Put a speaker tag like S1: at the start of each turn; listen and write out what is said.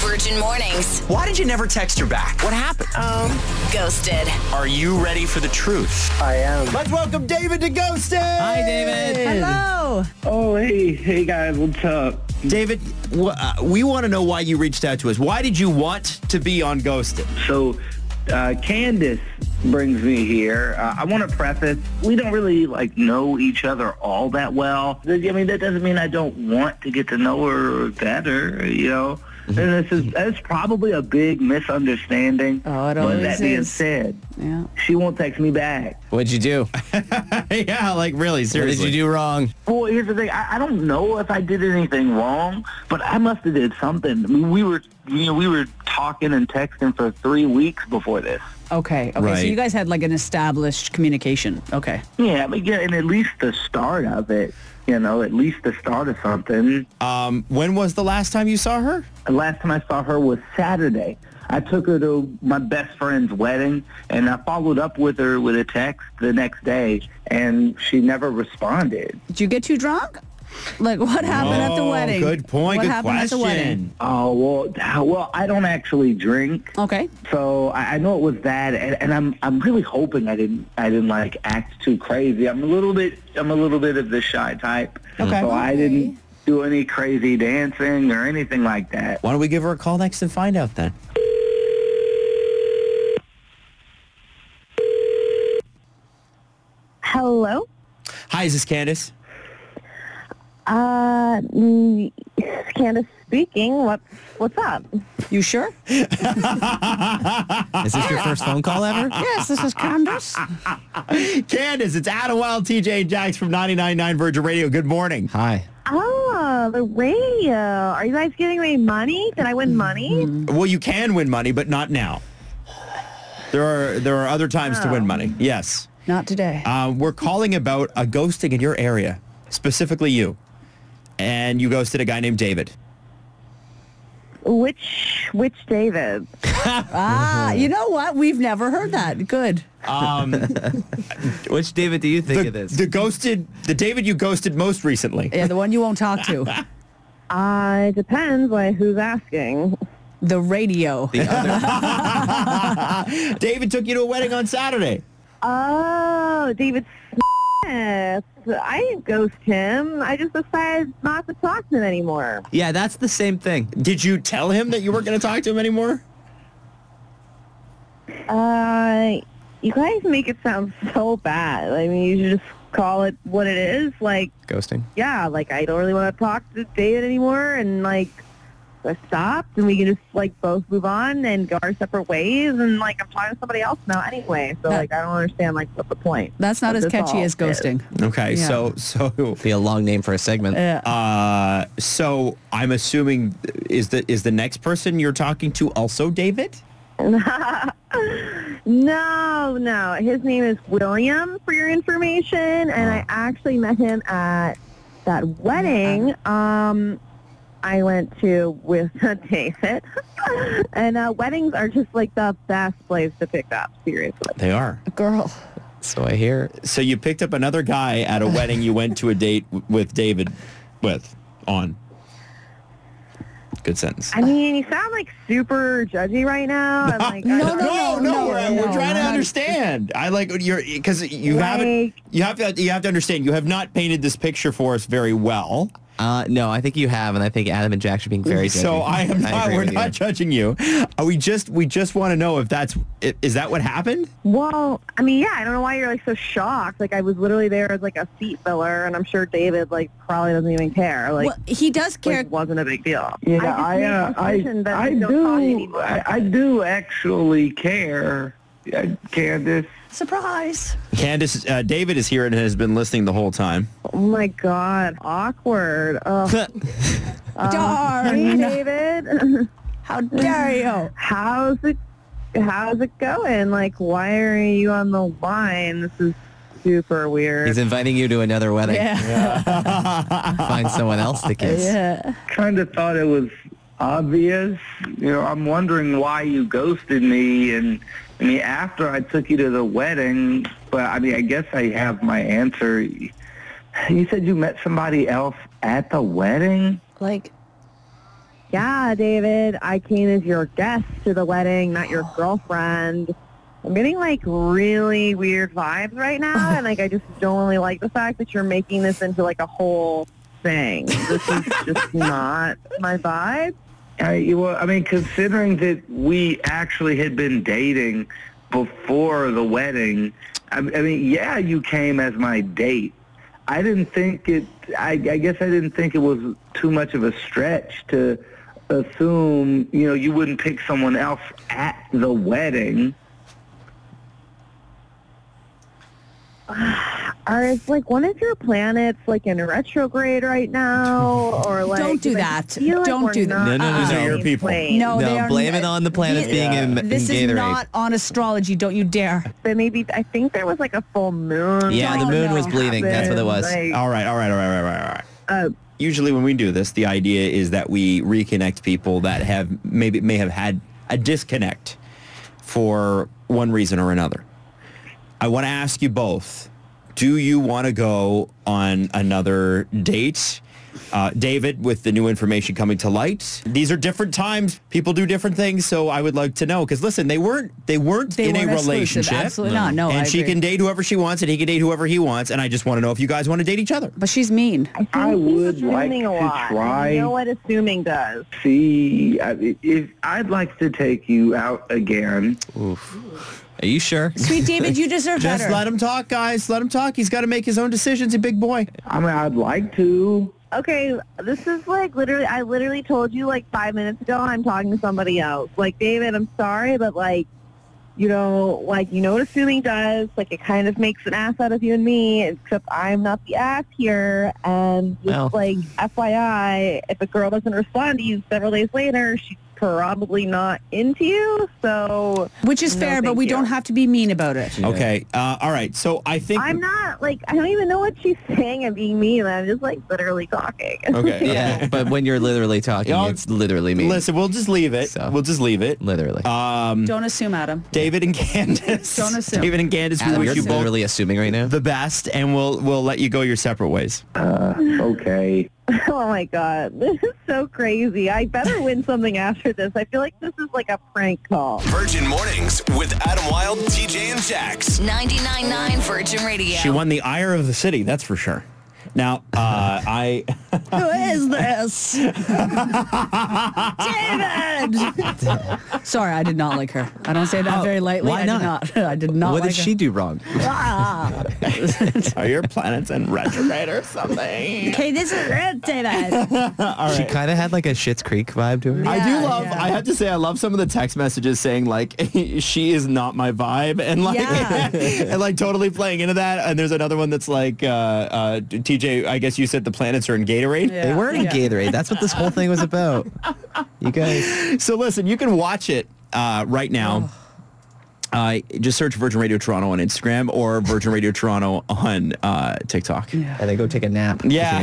S1: Virgin Mornings.
S2: Why did you never text her back? What happened?
S1: Um, ghosted.
S2: Are you ready for the truth?
S3: I am.
S2: Let's welcome David to Ghosted.
S4: Hi, David.
S5: Hello.
S3: Oh, hey, hey guys, what's up?
S4: David, wh- uh, we want to know why you reached out to us. Why did you want to be on Ghosted?
S3: So, uh, Candace brings me here. Uh, I want to preface: we don't really like know each other all that well. I mean, that doesn't mean I don't want to get to know her better, you know. And
S5: Mm-hmm.
S3: this is that's probably a big misunderstanding.
S5: Oh, it
S3: but
S5: always
S3: that being
S5: is.
S3: said,
S5: Yeah.
S3: she won't text me back.
S6: What'd you do?
S4: yeah, like really,
S6: What did
S4: seriously.
S6: you do wrong?
S3: Well, here's the thing. I, I don't know if I did anything wrong, but I must have did something. I mean, we were, you know, we were talking and texting for three weeks before this.
S5: Okay. Okay. So
S4: Right.
S5: you guys had like an established communication. Okay.
S3: Yeah, but yeah, and at least the start of it, you know, at least the start of something.
S4: Um, when was the last time you saw her?
S3: The last time I saw her was Saturday. I took her to my best friend's wedding, and I followed up with her with a text the next day, and she never responded.
S5: Did you get too drunk? Like what happened at the
S4: Oh,
S5: wedding?
S4: Good point.
S5: What
S4: good
S5: happened
S4: question.
S5: at the wedding?
S3: Oh well, ah, well, I don't actually drink,
S5: Okay.
S3: so I, I know it was that, and, and I'm I'm really hoping I didn't I didn't like act too crazy. I'm a little bit I'm a little bit of the shy type,
S4: Okay.
S3: so I
S5: Okay.
S3: didn't do any crazy dancing or anything like that.
S4: Why don't we give her a call next and find out then?
S7: Hello.
S4: Hi, is this Candace?
S7: Uh, mm, Candace speaking. What what's up?
S5: You sure?
S6: Is this your first phone call ever?
S5: yes, this is Candace.
S4: Candace, it's Adam Wild, TJ, and Jax from 99.9 Virgin Radio. Good morning.
S6: Hi.
S7: Oh, the radio. Are you guys giving away money? Did I win money?
S4: Well, you can win money, but not now. There are there are other times to
S5: Oh.
S4: win money. Yes.
S5: Not today.
S6: Uh-huh.
S4: Uh, we're calling about a ghosting in your area, specifically you. And you ghosted a guy named David.
S7: Which which David?
S5: ah, you know what? We've never heard that. Good.
S6: Which David do you think
S4: The,
S6: it is?
S4: the ghosted, the David you ghosted most recently.
S5: Yeah, the one you won't talk to.
S7: Uh, it depends. Like who's asking?
S5: The radio.
S6: The other-
S4: David took you to a wedding on Saturday.
S7: Oh, David Smith. I didn't ghost him. I just decided not to talk to him anymore.
S6: yeah, that's the same thing.
S4: Did you tell him that you weren't going to talk to him anymore?
S7: Uh, you guys make it sound so bad. I mean, you should just call it what it is. Like.
S6: Ghosting.
S7: yeah, like I don't really want to talk to David anymore, and like I stopped, and we can just like both move on and go our separate ways, and like I'm talking to somebody else now anyway, so
S5: That-
S7: like I don't understand like what's the point.
S5: That's not
S7: of
S5: as
S7: this
S5: catchy
S7: all
S5: as
S7: is.
S5: ghosting.
S4: Okay,
S5: Yeah.
S4: so so
S6: Be a long name for a segment.
S5: Yeah.
S4: uh so I'm assuming is the is the next person you're talking to also David?
S7: No, no, his name is William for your information, and
S5: Uh-huh.
S7: I actually met him at that wedding. Um, I went to with David, and uh, weddings are just like the best place to pick up. Seriously.
S4: They are.
S5: Girl.
S6: So I hear.
S4: So you picked up another guy at a wedding you went to a date w- with David with on. Good sentence.
S7: I mean, you sound like super judgy right now. I'm like, I
S5: No,
S7: don't
S4: no, no,
S5: no,
S4: we're,
S5: no,
S4: we're trying to
S5: no.
S4: understand. I like you're because you haven't
S7: Like-
S4: you have to you have to understand you have not painted this picture for us very well.
S6: Uh, no, I think you have, and I think Adam and Jack are being very.
S4: So
S6: judgy.
S4: I am not.
S6: agree
S4: we're
S6: with you.
S4: not judging you. Uh, we just we just want to know if that's i- is that what happened?
S7: Well, I mean, yeah, I don't know why you're like so shocked. Like, I was literally there as like a seat filler, and I'm sure David like probably doesn't even care. Like,
S5: well, he does care.
S7: like wasn't a big deal.
S3: Yeah, I, uh,
S7: just made the
S3: I,
S7: decision that
S3: I
S7: don't talk to you
S3: do,
S7: anymore.
S3: I, I do actually care, uh, Candace.
S5: Surprise.
S4: Candace uh, David is here and has been listening the whole time.
S7: Oh my god, awkward. Oh, Ugh.
S5: Um,
S7: hey,
S5: Darn.
S7: David,
S5: How dare you?
S7: how's it? How's it going? Like, why are you on the line? This is super weird.
S6: He's inviting you to another wedding.
S5: Yeah.
S6: Find someone else to kiss.
S5: Yeah.
S3: Kind of thought it was obvious. You know, I'm wondering why you ghosted me, and I mean, after I took you to the wedding, but I mean, I guess I have my answer. You said you met somebody else at the wedding.
S5: Like,
S7: yeah, David, I came as your guest to the wedding, not your girlfriend. I'm getting like really weird vibes right now, and like I just don't really like the fact that you're making this into like a whole thing. This is just not my vibe.
S3: I, you well, I mean, considering that we actually had been dating before the wedding, I, I mean, yeah, you came as my date. I didn't think it. I, I guess I didn't think it was too much of a stretch to assume you know you wouldn't pick someone else at the wedding.
S7: Or is like one of your planets like in retrograde right now, or like
S5: Don't do
S7: I
S5: that.
S7: feel like
S5: Don't
S7: we're
S5: do that.
S7: not
S6: No, no, no,
S7: on
S6: no.
S7: the
S4: These are your
S7: same
S4: people.
S7: plane.
S5: No, they
S6: no,
S5: are
S6: blame it on the planet
S5: Thi-
S6: being in, in
S5: This is
S6: Gatorade.
S5: not on astrology. Don't you dare.
S7: But maybe I think there was like a full moon.
S6: yeah, the
S5: don't
S6: moon
S5: know.
S6: was bleeding. That's what it was.
S7: Like,
S4: All right, all right, all right, all right, all right, all right.
S7: uh,
S4: Usually when we do this, the idea is that we reconnect people that have maybe may have had a disconnect for one reason or another. I want to ask you both, do you want to go on another date? Uh, David, with the new information coming to light, these are different times. People do different things, so I would like to know. Because listen, they weren't they weren't
S5: They
S4: in
S5: weren't
S4: a
S5: exclusive.
S4: relationship.
S5: Absolutely not. No,
S4: and
S5: I
S4: she
S5: agree.
S4: can date whoever she wants, and he can date whoever he wants. And I just want to know if you guys want to date each other.
S5: But she's mean.
S3: I would
S7: he's
S3: like
S7: assuming
S3: to
S7: a lot.
S3: try.
S7: You know what assuming does.
S3: See, I, if I'd like to take you out again.
S6: Are you sure?
S5: Sweet David, you deserve
S4: Just
S5: better.
S4: let him talk, guys. Let him talk. He's got to make his own decisions. He's a big boy.
S3: I mean, I'd like to.
S7: Okay, this is like literally. I literally told you like five minutes ago. I'm talking to somebody else. Like David, I'm sorry, but like, you know, like you know what assuming does. Like it kind of makes an ass out of you and me. Except I'm not the ass here. And just
S6: Well.
S7: like FYI, if a girl doesn't respond to you several days later, she's probably not into you. So
S5: Which is
S7: No,
S5: fair, but
S7: thank
S5: we
S7: you.
S5: don't have to be mean about it.
S4: Okay. Uh, all right. So I think.
S7: I'm not like I don't even know what she's saying and being mean. I'm just like literally talking.
S4: okay.
S6: Yeah, but when you're literally talking,
S4: Y'all-
S6: it's literally me.
S4: Listen, Uh, we'll just leave it.
S6: So.
S4: We'll just leave it.
S6: Literally. Mm.
S5: Don't assume, Adam.
S4: David and Candace.
S5: Don't assume.
S4: David and Candace, we
S6: Adam,
S4: wish
S6: you're
S4: you both
S6: literally assuming right now.
S4: the best, and we'll we'll let you go your separate ways.
S3: Okay.
S7: Oh my god, this is so crazy. I better win something after this. I feel like this is like a prank call.
S8: Virgin Mornings with Adam Wilde, TJ, and Jax.
S1: 99.9 Virgin Radio.
S4: She won the ire of the city. That's for sure. Now, uh, I
S5: Who is this? David! Sorry, I did not like her. I don't say that very lightly.
S6: Oh, why
S5: I did
S6: not?
S5: not. I did not
S6: what
S5: like
S6: did she do wrong?
S5: Ah.
S4: are your planets in retrograde or something.
S5: Okay, this is it, David.
S6: She kind of had like a Shit's Creek vibe to her.
S4: I do
S5: Yeah,
S4: love.
S5: yeah.
S4: I have to say, I love some of the text messages saying like, "She is not my vibe," and like,
S5: Yeah.
S4: and like totally playing into that. And there's another one that's like, uh, uh, "TJ, I guess you said the planets are in Gatorade."
S5: Yeah.
S6: They were in
S5: yeah.
S6: Gatorade. That's what this whole thing was about. You guys.
S4: So listen, you can watch it uh, right now. Uh, just search Virgin Radio Toronto on Instagram or Virgin Radio Toronto on uh, TikTok.
S6: And then go take a nap.
S4: Yeah.